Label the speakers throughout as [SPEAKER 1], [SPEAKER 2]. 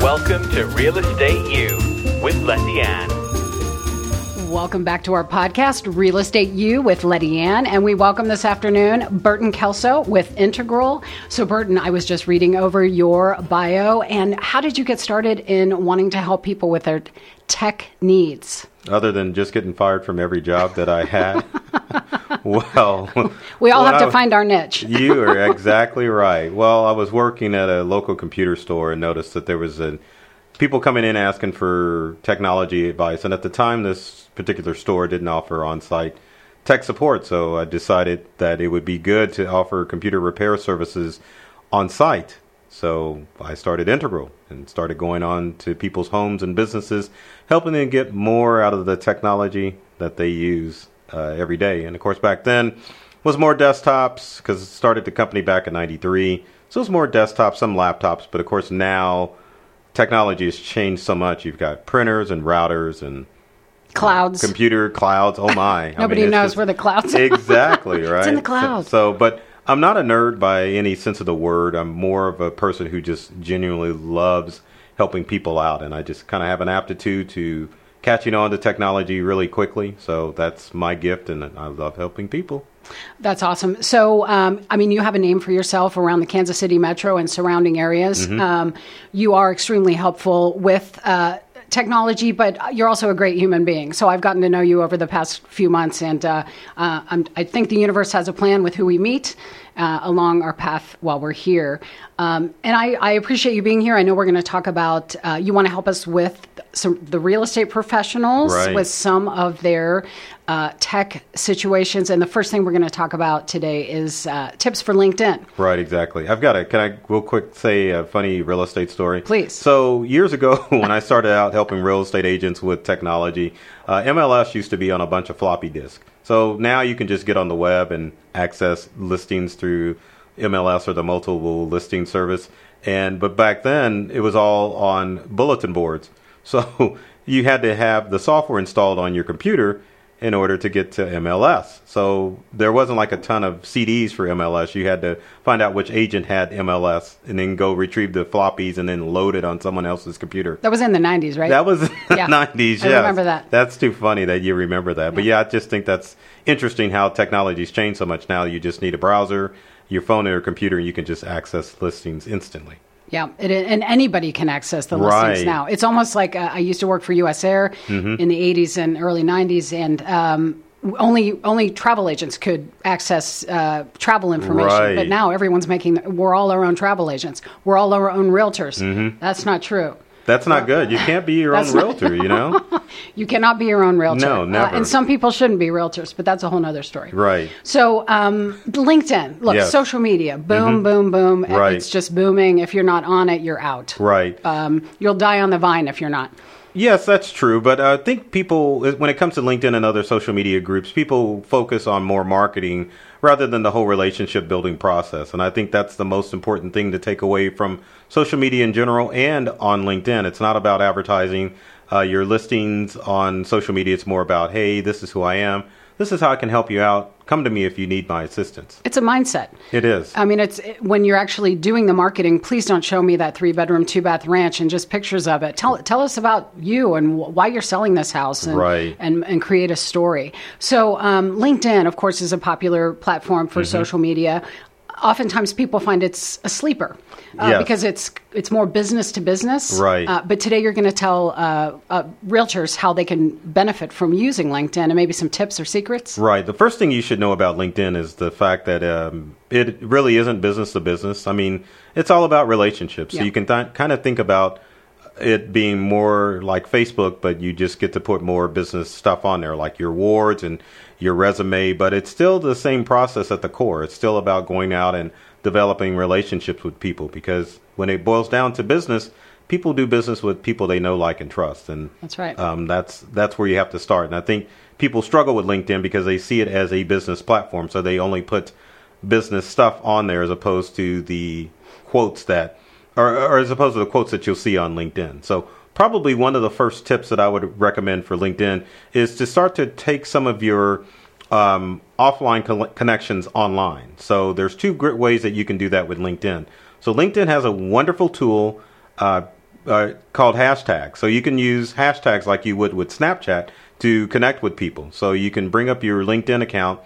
[SPEAKER 1] Welcome to Real Estate U with Leslie Ann.
[SPEAKER 2] Welcome back to our podcast, Real Estate U with Letty Ann. And we welcome this afternoon Burton Kelso with Integral. So, Burton, I was just reading over your bio. And how did you get started in wanting to help people with their tech needs?
[SPEAKER 3] Other than just getting fired from every job that I had, well,
[SPEAKER 2] We all
[SPEAKER 3] when
[SPEAKER 2] have to
[SPEAKER 3] I-
[SPEAKER 2] find our niche.
[SPEAKER 3] you are exactly right. Well, I was working at a local computer store and noticed that there was a, people coming in asking for technology advice. And at the time, this particular store didn't offer on site tech support. So I decided that it would be good to offer computer repair services on site. So I started Integral and started going on to people's homes and businesses, helping them get more out of the technology that they use uh, every day. And of course, back then, was more desktops because it started the company back in 93 so it was more desktops some laptops but of course now technology has changed so much you've got printers and routers and
[SPEAKER 2] Clouds.
[SPEAKER 3] computer clouds oh my I mean,
[SPEAKER 2] Nobody
[SPEAKER 3] it's
[SPEAKER 2] knows
[SPEAKER 3] just-
[SPEAKER 2] where the clouds are.
[SPEAKER 3] exactly right
[SPEAKER 2] in the
[SPEAKER 3] So-
[SPEAKER 2] cloud.
[SPEAKER 3] so but i'm not a nerd by any sense of the word i'm more of a person who just genuinely loves helping people out and i just kind of have an aptitude to catching on to technology really quickly so that's my gift and i love helping people
[SPEAKER 2] That's awesome. So, um, I mean, you have a name for yourself around the Kansas City metro and surrounding areas. Um, you are extremely helpful with uh, technology, but you're also a great human being. So, I've gotten to know you over the past few months, and uh, uh, I'm, I think the universe has a plan with who we meet uh, along our path while we're here. Um, and I, I appreciate you being here. I know we're going to talk about uh, you want to help us with some the real estate professionals
[SPEAKER 3] Right.
[SPEAKER 2] with some of their uh, tech situations. And the first thing we're going to talk about today is uh, tips for LinkedIn.
[SPEAKER 3] Right, exactly. I've got a. Can I real quick say a funny real estate story?
[SPEAKER 2] Please.
[SPEAKER 3] So years ago, when I started out helping real estate agents with technology, uh, MLS used to be on a bunch of floppy disk. So now you can just get on the web and access listings through MLS or the multiple listing service. And but back then it was all on bulletin boards. So you had to have the software installed on your computer in order to get to MLS. So there wasn't like a ton of CDs for MLS. You had to find out which agent had MLS and then go retrieve the floppies and then load it on someone else's computer.
[SPEAKER 2] That was in the 90s, right?
[SPEAKER 3] That was in the
[SPEAKER 2] Yeah.
[SPEAKER 3] 90s,
[SPEAKER 2] I
[SPEAKER 3] yes.
[SPEAKER 2] remember that.
[SPEAKER 3] That's too funny that you remember that. But yeah, I just think that's interesting how technology's changed so much now. You just need a browser, your phone or your computer, and you can just access listings instantly.
[SPEAKER 2] Yeah, it, and anybody can access the listings
[SPEAKER 3] Right. Mm-hmm.
[SPEAKER 2] now. It's almost like uh, I used to work for U.S. Air in the '80s and early '90s, and um, w- only only travel agents could access uh, travel information. But
[SPEAKER 3] Right.
[SPEAKER 2] now everyone's making we're all our own travel agents. We're all our own realtors.
[SPEAKER 3] Mm-hmm.
[SPEAKER 2] That's not true.
[SPEAKER 3] That's not good. You can't be your own
[SPEAKER 2] That's not-
[SPEAKER 3] realtor, you know?
[SPEAKER 2] You cannot be your own realtor. Uh,
[SPEAKER 3] No, never.
[SPEAKER 2] and some people shouldn't be realtors, but that's a whole nother story.
[SPEAKER 3] Right.
[SPEAKER 2] So um, LinkedIn, look,
[SPEAKER 3] Yes. Mm-hmm.
[SPEAKER 2] social media, boom, boom, boom.
[SPEAKER 3] Right.
[SPEAKER 2] It's just booming. If you're not on it, you're out.
[SPEAKER 3] Right.
[SPEAKER 2] Um, you'll die on the vine if you're not.
[SPEAKER 3] Yes, that's true. But uh, I think people, when it comes to LinkedIn and other social media groups, people focus on more marketing rather than the whole relationship building process. And I think that's the most important thing to take away from social media in general and on LinkedIn. It's not about advertising uh, your listings on social media, it's more about, hey, this is who I am. This is how I can help you out. Come to me if you need my assistance.
[SPEAKER 2] It's a mindset.
[SPEAKER 3] It is.
[SPEAKER 2] I mean, it's it- when you're actually doing the marketing. Please don't show me that three bedroom, two bath ranch and just pictures of it. Tell tell us about you and wh- why you're selling this house, and
[SPEAKER 3] Right.
[SPEAKER 2] and, and create a story. So um, LinkedIn, of course, is a popular platform
[SPEAKER 3] Mm-hmm.
[SPEAKER 2] for social media. Oftentimes, people find it's a sleeper uh,
[SPEAKER 3] Yes.
[SPEAKER 2] because it's it's more business to business.
[SPEAKER 3] Right.
[SPEAKER 2] Uh, but today, you're going to tell uh, uh, realtors how they can benefit from using LinkedIn and maybe some tips or secrets.
[SPEAKER 3] Right. The first thing you should know about LinkedIn is the fact that um, it really isn't business to business. I mean, it's all about relationships.
[SPEAKER 2] Yeah.
[SPEAKER 3] So you can th- kind of think about it being more like Facebook, but you just get to put more business stuff on there, like your awards and your resume. But it's still the same process at the core. It's still about going out and developing relationships with people because when it boils down to business, people do business with people they know, like, and trust. And
[SPEAKER 2] That's right.
[SPEAKER 3] um, that's that's where you have to start. And I think people struggle with LinkedIn because they see it as a business platform, so they only put business stuff on there as opposed to the quotes that, or, or as opposed to the quotes that you'll see on LinkedIn. So probably one of the first tips that I would recommend for LinkedIn is to start to take some of your um, offline col- connections online. So there's two great ways that you can do that with LinkedIn. So LinkedIn has a wonderful tool. Uh, uh, called hashtags. So you can use hashtags like you would with Snapchat to connect with people. So you can bring up your LinkedIn account,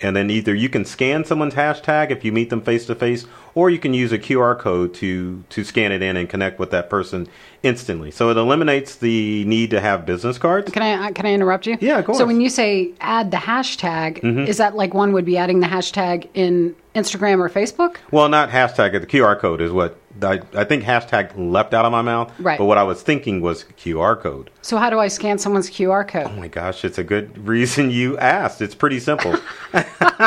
[SPEAKER 3] and then either you can scan someone's hashtag if you meet them face to face, or you can use a QR code to to scan it in and connect with that person instantly. So it eliminates the need to have business cards.
[SPEAKER 2] Can I uh, can I interrupt you?
[SPEAKER 3] Yeah, of course. Mm-hmm.
[SPEAKER 2] So when you say add the hashtag, is that like one would be adding the hashtag in Instagram or Facebook?
[SPEAKER 3] Well, not hashtag. The QR code is what I, I think hashtag leapt out of my mouth.
[SPEAKER 2] Right.
[SPEAKER 3] But what I was thinking was QR code.
[SPEAKER 2] So how do I scan someone's QR code?
[SPEAKER 3] Oh my gosh, it's a good reason you asked. It's pretty simple.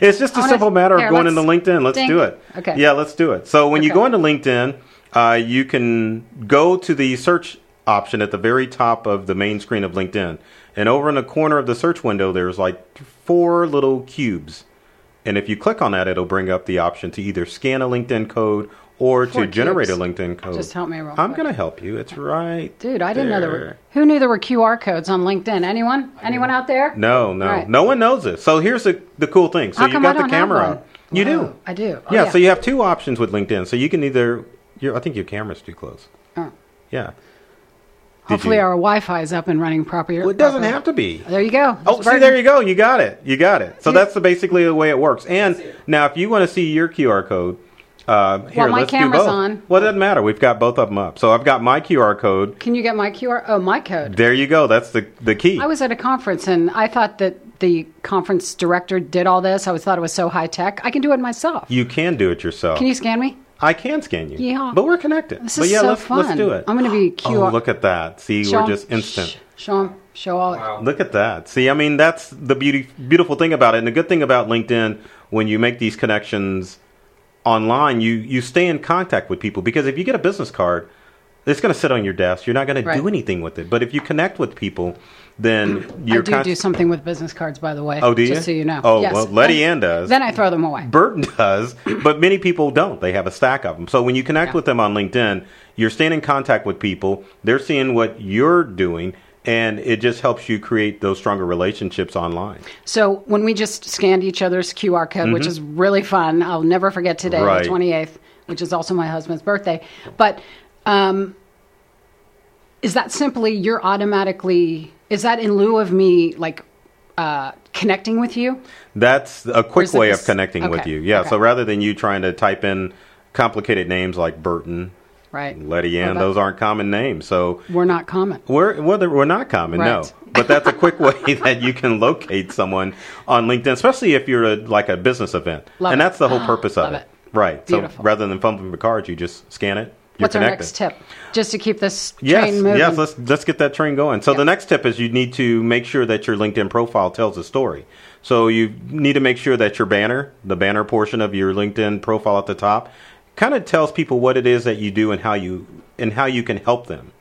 [SPEAKER 3] it's just a
[SPEAKER 2] wanna-
[SPEAKER 3] simple matter
[SPEAKER 2] here,
[SPEAKER 3] of going
[SPEAKER 2] let's-
[SPEAKER 3] into LinkedIn. Let's
[SPEAKER 2] ding.
[SPEAKER 3] do it.
[SPEAKER 2] Okay.
[SPEAKER 3] Yeah, let's do it. So when you
[SPEAKER 2] Okay.
[SPEAKER 3] go into LinkedIn, uh, you can go to the search option at the very top of the main screen of LinkedIn, and over in the corner of the search window, there's like four little cubes. And if you click on that, it'll bring up the option to either scan a LinkedIn code or
[SPEAKER 2] Four
[SPEAKER 3] to generate
[SPEAKER 2] cubes.
[SPEAKER 3] a LinkedIn code.
[SPEAKER 2] Just help me real
[SPEAKER 3] Oh. I'm
[SPEAKER 2] quick.
[SPEAKER 3] going to help you. It's right.
[SPEAKER 2] Dude, I didn't know there
[SPEAKER 3] there.
[SPEAKER 2] were. Who knew there were QR codes on LinkedIn? Anyone? Anyone out there?
[SPEAKER 3] No, no,
[SPEAKER 2] All right.
[SPEAKER 3] no one knows this. So here's the the cool thing. So
[SPEAKER 2] How
[SPEAKER 3] you
[SPEAKER 2] come
[SPEAKER 3] got
[SPEAKER 2] I don't
[SPEAKER 3] the camera
[SPEAKER 2] have one?
[SPEAKER 3] up. You
[SPEAKER 2] Wow,
[SPEAKER 3] do.
[SPEAKER 2] I do. Oh,
[SPEAKER 3] yeah, So you have two options with LinkedIn. So you can either. Your, I think your camera's too close.
[SPEAKER 2] Oh.
[SPEAKER 3] Yeah. Did
[SPEAKER 2] Hopefully,
[SPEAKER 3] you-
[SPEAKER 2] our Wi-Fi is up and running properly.
[SPEAKER 3] Well, it doesn't have to be.
[SPEAKER 2] There you go.
[SPEAKER 3] Oh, see, there you go. You got it. You got it. So
[SPEAKER 2] Yeah.
[SPEAKER 3] that's the, basically the way it works. And now, if you want to see your QR code, uh, here,
[SPEAKER 2] my
[SPEAKER 3] let's
[SPEAKER 2] camera's
[SPEAKER 3] do both.
[SPEAKER 2] on.
[SPEAKER 3] Well, it doesn't matter. We've got both of them up. So I've got my QR code.
[SPEAKER 2] Can you get my QR? Oh, my code.
[SPEAKER 3] There you go. That's the the key.
[SPEAKER 2] I was at a conference and I thought that the conference director did all this. I was thought it was so high tech. I can do it myself.
[SPEAKER 3] you can do it yourself.
[SPEAKER 2] can you scan me?
[SPEAKER 3] I can scan you.
[SPEAKER 2] Yeah.
[SPEAKER 3] But we're connected.
[SPEAKER 2] This
[SPEAKER 3] but
[SPEAKER 2] is
[SPEAKER 3] yeah,
[SPEAKER 2] so
[SPEAKER 3] let's
[SPEAKER 2] fun.
[SPEAKER 3] let's do it.
[SPEAKER 2] I'm gonna be QR
[SPEAKER 3] Oh, look at that. See,
[SPEAKER 2] Show
[SPEAKER 3] we're
[SPEAKER 2] 'em.
[SPEAKER 3] just
[SPEAKER 2] Shh.
[SPEAKER 3] instant.
[SPEAKER 2] Show 'em. Show all.
[SPEAKER 3] Look at that. See, I mean, that's the beauty, beautiful thing about it. And the good thing about LinkedIn, when you make these connections online, you, you stay in contact with people because if you get a business card, it's going to sit on your desk. You're not going
[SPEAKER 2] Right.
[SPEAKER 3] to do anything with it. But if you connect with people, then
[SPEAKER 2] I
[SPEAKER 3] you're
[SPEAKER 2] do
[SPEAKER 3] const-
[SPEAKER 2] do something with business cards, by the way.
[SPEAKER 3] Oh, do you?
[SPEAKER 2] Just so you know.
[SPEAKER 3] Oh,
[SPEAKER 2] Yes.
[SPEAKER 3] well, Letty
[SPEAKER 2] Then-
[SPEAKER 3] Ann does.
[SPEAKER 2] Then I throw them away.
[SPEAKER 3] Burton does, but many people don't. They have a stack of them. So when you connect
[SPEAKER 2] Yeah.
[SPEAKER 3] with them on LinkedIn, you're staying in contact with people. They're seeing what you're doing, and it just helps you create those stronger relationships online.
[SPEAKER 2] So when we just scanned each other's QR code, which is really fun, I'll never forget today,
[SPEAKER 3] Mm-hmm. Right.
[SPEAKER 2] the 28th, which is also my husband's birthday. But um, is that simply you're automatically, is that in lieu of me like uh, connecting with you?
[SPEAKER 3] That's a quick
[SPEAKER 2] is it
[SPEAKER 3] way
[SPEAKER 2] this-
[SPEAKER 3] of connecting with
[SPEAKER 2] okay,
[SPEAKER 3] you. Yeah.
[SPEAKER 2] okay.
[SPEAKER 3] So rather than you trying to type in complicated names like Burton,
[SPEAKER 2] Right.
[SPEAKER 3] Letty Ann,
[SPEAKER 2] About-
[SPEAKER 3] those aren't common names. So
[SPEAKER 2] We're not common.
[SPEAKER 3] We're well, they're- we're not common, no.
[SPEAKER 2] Right.
[SPEAKER 3] But that's a quick way that you can locate someone on LinkedIn, especially if you're a, like a business event,
[SPEAKER 2] Love
[SPEAKER 3] and
[SPEAKER 2] it.
[SPEAKER 3] that's the whole purpose of
[SPEAKER 2] Love
[SPEAKER 3] it.
[SPEAKER 2] it.
[SPEAKER 3] right? So
[SPEAKER 2] Beautiful.
[SPEAKER 3] rather than fumbling the cards, you just scan it. You're
[SPEAKER 2] What's our
[SPEAKER 3] connected.
[SPEAKER 2] next tip? Just to keep this
[SPEAKER 3] Yes,
[SPEAKER 2] train moving.
[SPEAKER 3] yes. Let's let's get that train going. So
[SPEAKER 2] Yeah.
[SPEAKER 3] the next tip is you need to make sure that your LinkedIn profile tells a story. So you need to make sure that your banner, the banner portion of your LinkedIn profile at the top, kind of tells people what it is that you do and how you and how you can help them.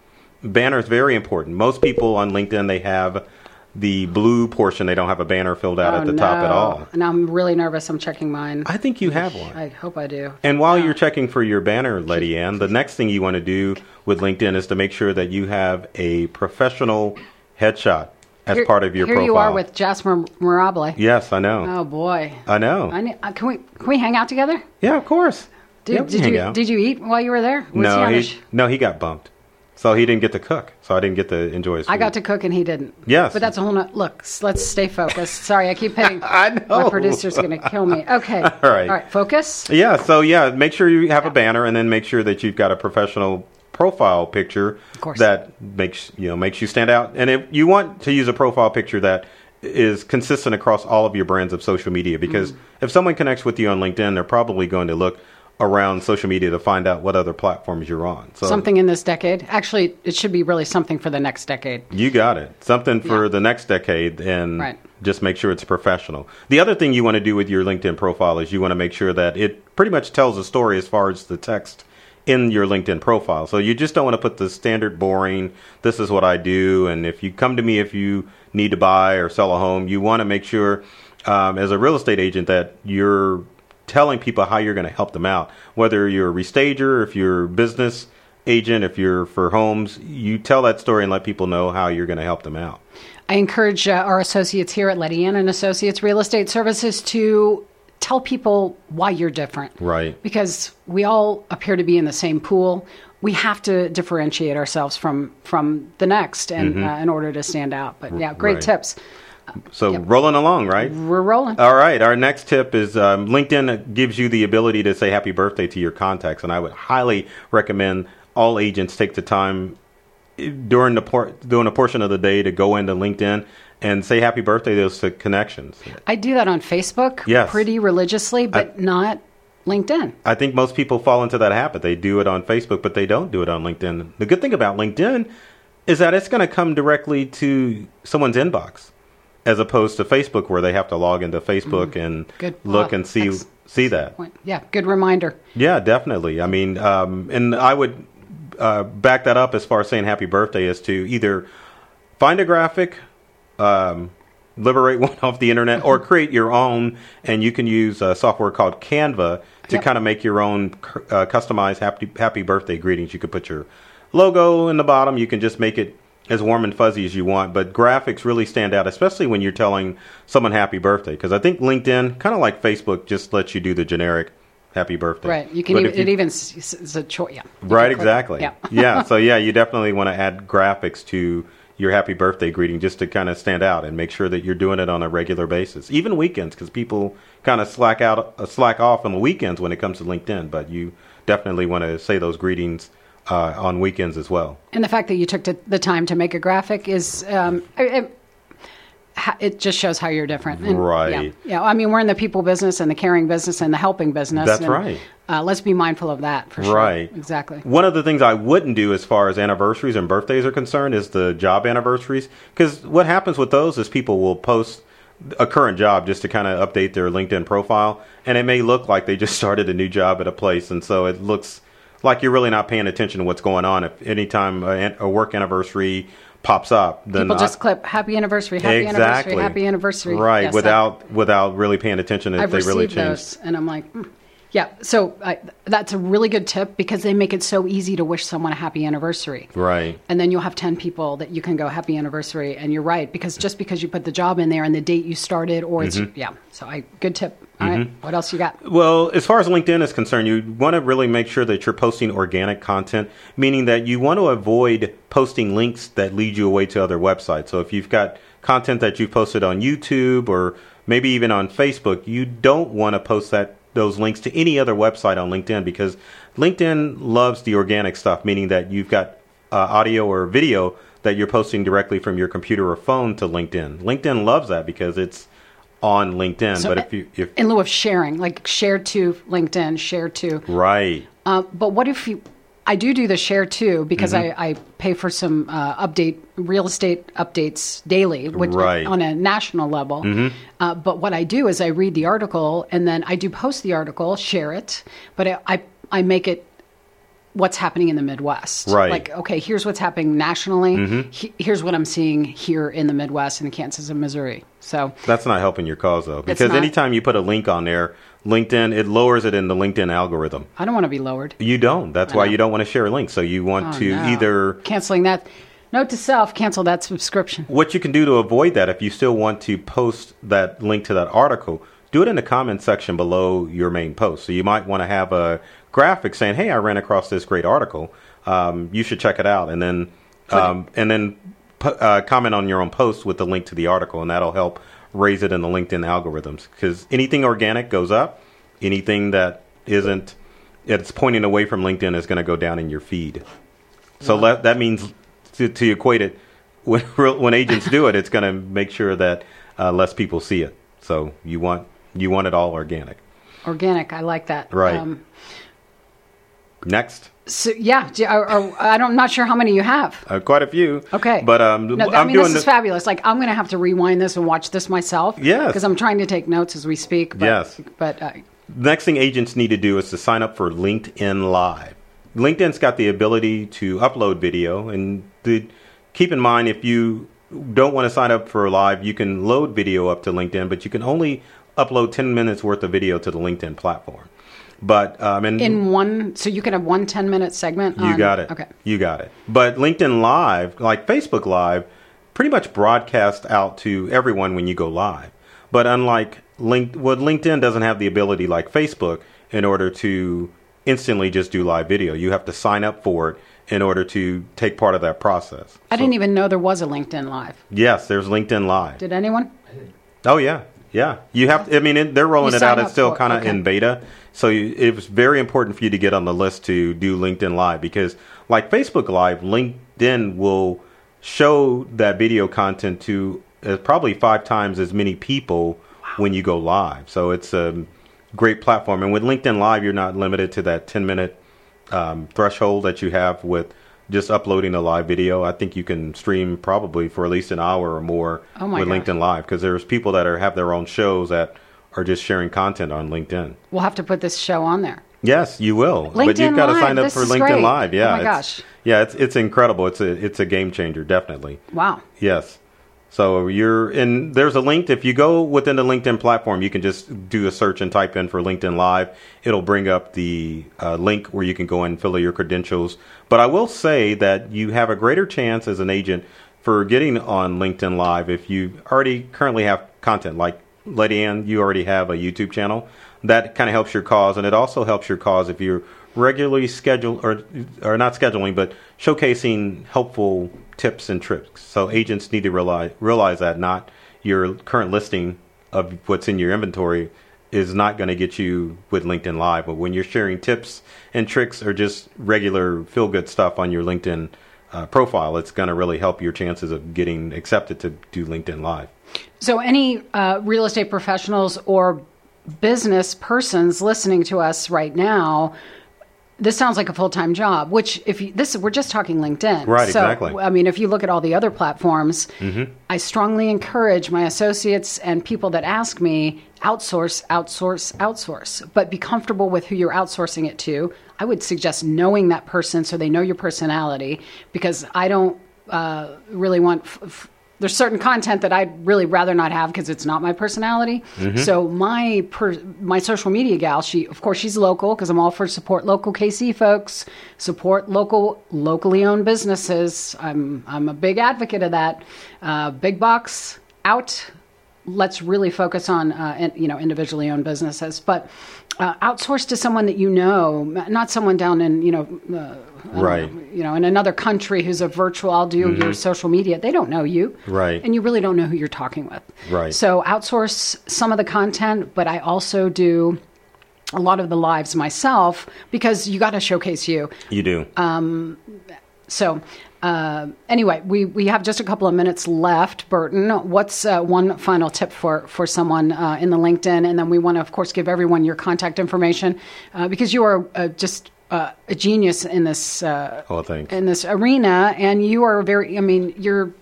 [SPEAKER 3] Banner is very important. Most people on LinkedIn they have the blue portion. They don't have a banner filled out
[SPEAKER 2] Oh,
[SPEAKER 3] at the top at
[SPEAKER 2] no.
[SPEAKER 3] all.
[SPEAKER 2] And I'm really nervous. I'm checking mine.
[SPEAKER 3] I think you have one.
[SPEAKER 2] I hope I do.
[SPEAKER 3] And while you're checking for your banner, Letty Ann, the next thing you want to do with LinkedIn is to make sure that you have a professional headshot as
[SPEAKER 2] Here-
[SPEAKER 3] part of your
[SPEAKER 2] here
[SPEAKER 3] profile.
[SPEAKER 2] you are with Jasper Mirable.
[SPEAKER 3] Yes, I know.
[SPEAKER 2] Oh boy.
[SPEAKER 3] I know.
[SPEAKER 2] I need, uh, can we can we hang out together?
[SPEAKER 3] yeah, of course.
[SPEAKER 2] Did,
[SPEAKER 3] Yeah, we
[SPEAKER 2] did
[SPEAKER 3] hang
[SPEAKER 2] you
[SPEAKER 3] out.
[SPEAKER 2] did you eat while you were there? Was he
[SPEAKER 3] no,
[SPEAKER 2] on the
[SPEAKER 3] he,
[SPEAKER 2] sh-
[SPEAKER 3] no, he got bumped. So he didn't get to cook. So I didn't get to enjoy his
[SPEAKER 2] I got
[SPEAKER 3] food.
[SPEAKER 2] to cook and he didn't.
[SPEAKER 3] Yes.
[SPEAKER 2] but that's a whole nother Look, s- let's stay focused. Sorry, I keep hitting.
[SPEAKER 3] I know.
[SPEAKER 2] My producer's going to kill me. Okay. All
[SPEAKER 3] right.
[SPEAKER 2] All right. Focus.
[SPEAKER 3] Yeah, so yeah, make sure you have a banner and then make sure that you've got a professional profile picture
[SPEAKER 2] course.
[SPEAKER 3] that makes you know makes you stand out. And if you want to use a profile picture that is consistent across all of your brands of social media
[SPEAKER 2] Mm.
[SPEAKER 3] because if someone connects with you on LinkedIn, they're probably going to look around social media to find out what other platforms you're on. So
[SPEAKER 2] Something in this decade. Actually, it should be really something for the next decade.
[SPEAKER 3] you got it. Something for
[SPEAKER 2] Yeah.
[SPEAKER 3] the next decade and
[SPEAKER 2] Right.
[SPEAKER 3] just make sure it's professional. The other thing you want to do with your LinkedIn profile is you want to make sure that it pretty much tells a story as far as the text in your LinkedIn profile. So you just don't want to put the standard boring, this is what I do, and if you come to me if you need to buy or sell a home, you want to make sure um, as a real estate agent that you're telling people how you're going to help them out, whether you're a restager, if you're a business agent, if you're for homes, you tell that story and let people know how you're going to help them out.
[SPEAKER 2] I encourage uh, our associates here at Letty Ann and Associates Real Estate Services to tell people why you're different.
[SPEAKER 3] Right.
[SPEAKER 2] Because we all appear to be in the same pool. We have to differentiate ourselves from from the next, and uh, in order to stand out. But yeah, great
[SPEAKER 3] Mm-hmm. right.
[SPEAKER 2] tips.
[SPEAKER 3] So rolling along, right?
[SPEAKER 2] We're rolling.
[SPEAKER 3] All right. Our next tip is um, LinkedIn gives you the ability to say happy birthday to your contacts, and I would highly recommend all agents take the time eh, during the por- during a portion of the day to go into LinkedIn and say happy birthday to those connections.
[SPEAKER 2] I do that on Facebook
[SPEAKER 3] Yes.
[SPEAKER 2] pretty religiously, but not LinkedIn.
[SPEAKER 3] I think most people fall into that habit. They do it on Facebook, but they don't do it on LinkedIn. The good thing about LinkedIn is that it's going to come directly to someone's inbox, as opposed to Facebook, where they have to log into Facebook and
[SPEAKER 2] Mm-hmm. Good.
[SPEAKER 3] look
[SPEAKER 2] Ah,
[SPEAKER 3] and see
[SPEAKER 2] ex-
[SPEAKER 3] see that.
[SPEAKER 2] Point. Yeah, good reminder.
[SPEAKER 3] Yeah, definitely. I mean, um, and I would uh, back that up as far as saying happy birthday is to either find a graphic, um, liberate one off the internet, or create your own. And you can use uh, software called Canva to
[SPEAKER 2] Yep.
[SPEAKER 3] kind of make your own cur- uh, customized happy happy birthday greetings. You could put your logo in the bottom. You can just make it as warm and fuzzy as you want. But graphics really stand out, especially when you're telling someone happy birthday. Because I think LinkedIn, kind of like Facebook, just lets you do the generic happy birthday.
[SPEAKER 2] Right. You can
[SPEAKER 3] But
[SPEAKER 2] even,
[SPEAKER 3] if you-
[SPEAKER 2] it even s- s- is a choice. Yeah. You
[SPEAKER 3] Right,
[SPEAKER 2] can click-
[SPEAKER 3] exactly.
[SPEAKER 2] Yeah.
[SPEAKER 3] Yeah. So yeah, you definitely want to add graphics to your happy birthday greeting just to kind of stand out and make sure that you're doing it on a regular basis, even weekends, because people kind of slack out, uh, slack off on the weekends when it comes to LinkedIn. But you definitely want to say those greetings uh, on weekends as well.
[SPEAKER 2] And the fact that you took to the time to make a graphic is, um, I- I- ha- it just shows how you're different. And, Yeah,
[SPEAKER 3] Right.
[SPEAKER 2] yeah. I mean, we're in the people business and the caring business and the helping business.
[SPEAKER 3] That's
[SPEAKER 2] and,
[SPEAKER 3] right.
[SPEAKER 2] Uh, let's be mindful of that for sure.
[SPEAKER 3] Right.
[SPEAKER 2] Exactly.
[SPEAKER 3] One of the things I wouldn't do as far as anniversaries and birthdays are concerned is the job anniversaries. Because what happens with those is people will post a current job just to kind of update their LinkedIn profile. And it may look like they just started a new job at a place. And so it looks like you're really not paying attention to what's going on. If anytime a, an- a work anniversary pops up, then
[SPEAKER 2] People
[SPEAKER 3] I-
[SPEAKER 2] just clip happy anniversary, happy
[SPEAKER 3] exactly.
[SPEAKER 2] anniversary, happy anniversary.
[SPEAKER 3] Right.
[SPEAKER 2] Yes, I-
[SPEAKER 3] without, without really paying attention if
[SPEAKER 2] I've
[SPEAKER 3] they
[SPEAKER 2] received
[SPEAKER 3] really changed.
[SPEAKER 2] those, and I'm like, mm. yeah. So I, that's a really good tip because they make it so easy to wish someone a happy anniversary.
[SPEAKER 3] Right.
[SPEAKER 2] And then you'll have ten people that you can go happy anniversary, and you're right because just because you put the job in there and the date you started, or it's yeah. So I good tip. All right, what else you got?
[SPEAKER 3] Well, as far as LinkedIn is concerned, you want to really make sure that you're posting organic content, meaning that you want to avoid posting links that lead you away to other websites. So if you've got content that you've posted on YouTube or maybe even on Facebook, you don't want to post that those links to any other website on LinkedIn because LinkedIn loves the organic stuff, meaning that you've got uh, audio or video that you're posting directly from your computer or phone to LinkedIn. LinkedIn loves that because it's on LinkedIn.
[SPEAKER 2] So,
[SPEAKER 3] but if you if
[SPEAKER 2] In lieu of sharing, like share to LinkedIn, share to
[SPEAKER 3] right
[SPEAKER 2] Uh, but what if you? I do do the share too because
[SPEAKER 3] Mm-hmm.
[SPEAKER 2] I, I pay for some uh, update real estate updates daily, which
[SPEAKER 3] Right. Mm-hmm.
[SPEAKER 2] on a national level. Uh, but what I do is I read the article and then I do post the article, share it, but I I, I make it what's happening in the Midwest.
[SPEAKER 3] Right. Mm-hmm.
[SPEAKER 2] Like okay, here's what's happening nationally. He- here's what I'm seeing here in the Midwest in Kansas and Missouri. So
[SPEAKER 3] That's not helping your cause though, because
[SPEAKER 2] not.
[SPEAKER 3] anytime you put a link on there, LinkedIn it lowers it in the LinkedIn algorithm.
[SPEAKER 2] I don't want to be lowered.
[SPEAKER 3] You don't. That's why you don't want to share links. So you want
[SPEAKER 2] Oh,
[SPEAKER 3] to
[SPEAKER 2] no.
[SPEAKER 3] either
[SPEAKER 2] canceling that. Note to self: cancel that subscription.
[SPEAKER 3] what you can do to avoid that if you still want to post that link to that article, do it in the comment section below your main post. So you might want to have a graphic saying, "Hey, I ran across this great article. Um, you should check it out," and then um, and then pu- uh, comment on your own post with the link to the article, and that'll help raise it in the LinkedIn algorithms because anything organic goes up. Anything that isn't it's pointing away from LinkedIn is going to go down in your feed. So let, that means to, to equate it, when, real- when agents do it, it's going to make sure that uh, less people see it. So you want you want it all organic.
[SPEAKER 2] Organic, I like that. Um,
[SPEAKER 3] Right. Next,
[SPEAKER 2] so yeah, do- or, or, I don't, am not sure how many you have.
[SPEAKER 3] uh, quite a few.
[SPEAKER 2] Okay.
[SPEAKER 3] but um,
[SPEAKER 2] No,
[SPEAKER 3] I'm
[SPEAKER 2] I mean,
[SPEAKER 3] doing
[SPEAKER 2] this is
[SPEAKER 3] the-
[SPEAKER 2] fabulous. Like, I'm going to have to rewind this and watch this myself.
[SPEAKER 3] Yes.
[SPEAKER 2] Because I'm trying to take notes as we speak. But,
[SPEAKER 3] Yes.
[SPEAKER 2] But uh,
[SPEAKER 3] next thing agents need to do is to sign up for LinkedIn Live. LinkedIn's got the ability to upload video, and the, keep in mind if you don't want to sign up for live, you can load video up to LinkedIn, but you can only upload 10 minutes worth of video to the LinkedIn platform. But um, and
[SPEAKER 2] in one, so you can have one 10 minute segment.
[SPEAKER 3] you
[SPEAKER 2] on-
[SPEAKER 3] got it.
[SPEAKER 2] Um, Okay.
[SPEAKER 3] You got it. But LinkedIn Live, like Facebook Live, pretty much broadcasts out to everyone when you go live. But unlike Link, well, LinkedIn doesn't have the ability like Facebook in order to instantly just do live video. You have to sign up for it in order to take part of that process.
[SPEAKER 2] I didn't even know there was a LinkedIn Live.
[SPEAKER 3] Yes, there's LinkedIn Live.
[SPEAKER 2] Did anyone?
[SPEAKER 3] Oh yeah, yeah. You have. To, I mean, it, they're rolling
[SPEAKER 2] You
[SPEAKER 3] it out.
[SPEAKER 2] sign
[SPEAKER 3] It's
[SPEAKER 2] up
[SPEAKER 3] still
[SPEAKER 2] for it,
[SPEAKER 3] kind of
[SPEAKER 2] okay.
[SPEAKER 3] in beta, so you, it was very important for you to get on the list to do LinkedIn Live because, like Facebook Live, LinkedIn will show that video content to uh, probably five times as many people when you go live. So it's a great platform. And with LinkedIn Live, you're not limited to that ten minute um, threshold that you have with just uploading a live video. I think you can stream probably for at least an hour or more
[SPEAKER 2] Oh my
[SPEAKER 3] with
[SPEAKER 2] gosh.
[SPEAKER 3] LinkedIn Live because there's people that are have their own shows that are just sharing content on LinkedIn.
[SPEAKER 2] We'll have to put this show on there.
[SPEAKER 3] Yes, you will. but you've
[SPEAKER 2] LinkedIn
[SPEAKER 3] got to
[SPEAKER 2] Live,
[SPEAKER 3] sign up
[SPEAKER 2] this
[SPEAKER 3] for
[SPEAKER 2] is
[SPEAKER 3] LinkedIn
[SPEAKER 2] great.
[SPEAKER 3] Live. Yeah.
[SPEAKER 2] Oh my
[SPEAKER 3] it's-
[SPEAKER 2] gosh.
[SPEAKER 3] Yeah, it's it's incredible. It's a it's a game changer, definitely.
[SPEAKER 2] Wow.
[SPEAKER 3] Yes. So you're and there's a link. If you go within the LinkedIn platform, you can just do a search and type in for LinkedIn Live. It'll bring up the uh, link where you can go and fill out your credentials. But I will say that you have a greater chance as an agent for getting on LinkedIn Live if you already currently have content. Like Lady Ann, you already have a YouTube channel. That kind of helps your cause, and it also helps your cause if you're regularly scheduled or or not scheduling, but showcasing helpful tips and tricks. So agents need to realize realize that not your current listing of what's in your inventory is not going to get you with LinkedIn Live, but when you're sharing tips and tricks or just regular feel good stuff on your LinkedIn uh, profile, it's going to really help your chances of getting accepted to do LinkedIn Live.
[SPEAKER 2] So, any uh, real estate professionals or business persons listening to us right now, this sounds like a full time job. Which, if you, this, we're just talking LinkedIn,
[SPEAKER 3] Right,
[SPEAKER 2] So,
[SPEAKER 3] exactly. Mm-hmm.
[SPEAKER 2] I mean, if you look at all the other platforms, I strongly encourage my associates and people that ask me outsource, outsource, outsource, but be comfortable with who you're outsourcing it to. I would suggest knowing that person so they know your personality, because I don't uh, really want. F- f- there's certain content that I'd really rather not have because it's not my personality. So my per- my social media gal, she of course she's local because I'm all for support local KC folks, support local locally owned businesses. I'm I'm a big advocate of that. Uh, big box out. Let's really focus on uh, and, you know individually owned businesses, but uh, outsource to someone that you know, m- not someone down in you know. Uh, I don't
[SPEAKER 3] Right.
[SPEAKER 2] know, you know, in another country who's a virtual, I'll do your social media. They don't know you.
[SPEAKER 3] Mm-hmm. Right.
[SPEAKER 2] And you really don't know who you're talking with.
[SPEAKER 3] Right.
[SPEAKER 2] So outsource some of the content, but I also do a lot of the lives myself because you got to showcase you.
[SPEAKER 3] You do.
[SPEAKER 2] So, uh, anyway, we, we have just a couple of minutes left. Burton, what's uh, one final tip for for someone uh, in the LinkedIn? And then we want to, of course, give everyone your contact information uh, because you are uh, just uh, a genius in this uh,
[SPEAKER 3] oh, thanks.
[SPEAKER 2] in this arena, and you are very. I mean, you're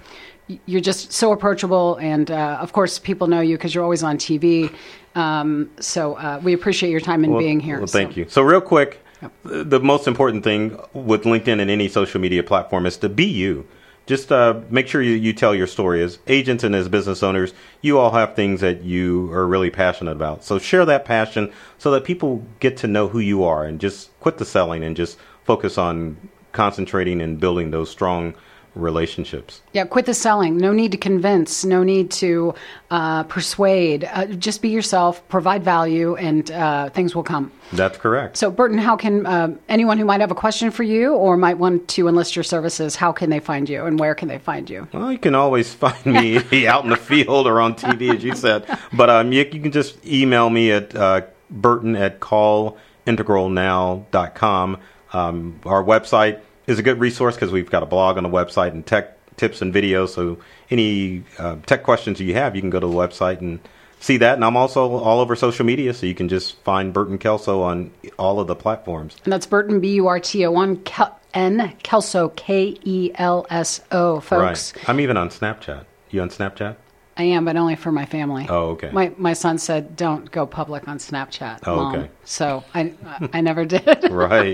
[SPEAKER 2] you're just so approachable, and uh, of course, people know you because you're always on TV. Um, so uh, we appreciate your time and being here.
[SPEAKER 3] Well,
[SPEAKER 2] So-
[SPEAKER 3] thank you. So, real quick, th- the most important thing with LinkedIn and any social media platform is to be you. Just uh, make sure you, you tell your story. As agents and as business owners, you all have things that you are really passionate about. So, share that passion so that people get to know who you are and just quit the selling and just focus on concentrating and building those strong relationships.
[SPEAKER 2] Yeah, quit the selling. No need to convince. No need to uh, persuade. Uh, just be yourself. Provide value, and uh, things will come.
[SPEAKER 3] That's correct.
[SPEAKER 2] So, Burton, how can uh, anyone who might have a question for you or might want to enlist your services, how can they find you, and where can they find you?
[SPEAKER 3] Well, you can always find me out in the field or on TV, as you said. But um, you, you can just email me at uh, burton at callintegralnow.com. Um, our website is a good resource because we've got a blog on the website and tech tips and videos. So any uh, tech questions you have, you can go to the website and see that. And I'm also all over social media, so you can just find Burton Kelso on all of the platforms.
[SPEAKER 2] And that's Burton, B U R T O N, Kel- N, Kelso, K E L S O, folks.
[SPEAKER 3] Right. I'm even on Snapchat. You on Snapchat?
[SPEAKER 2] I am, but only for my family.
[SPEAKER 3] Oh, okay.
[SPEAKER 2] My, my son said, don't go public on Snapchat.
[SPEAKER 3] Oh,
[SPEAKER 2] Mom."
[SPEAKER 3] okay.
[SPEAKER 2] So I, I never did.
[SPEAKER 3] Right.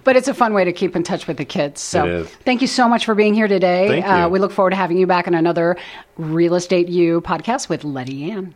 [SPEAKER 2] but it's a fun way to keep in touch with the kids. So
[SPEAKER 3] It is.
[SPEAKER 2] thank you so much for being here today.
[SPEAKER 3] Thank
[SPEAKER 2] Uh,
[SPEAKER 3] you.
[SPEAKER 2] we look forward to having you back on another Real Estate U podcast with Letty Ann.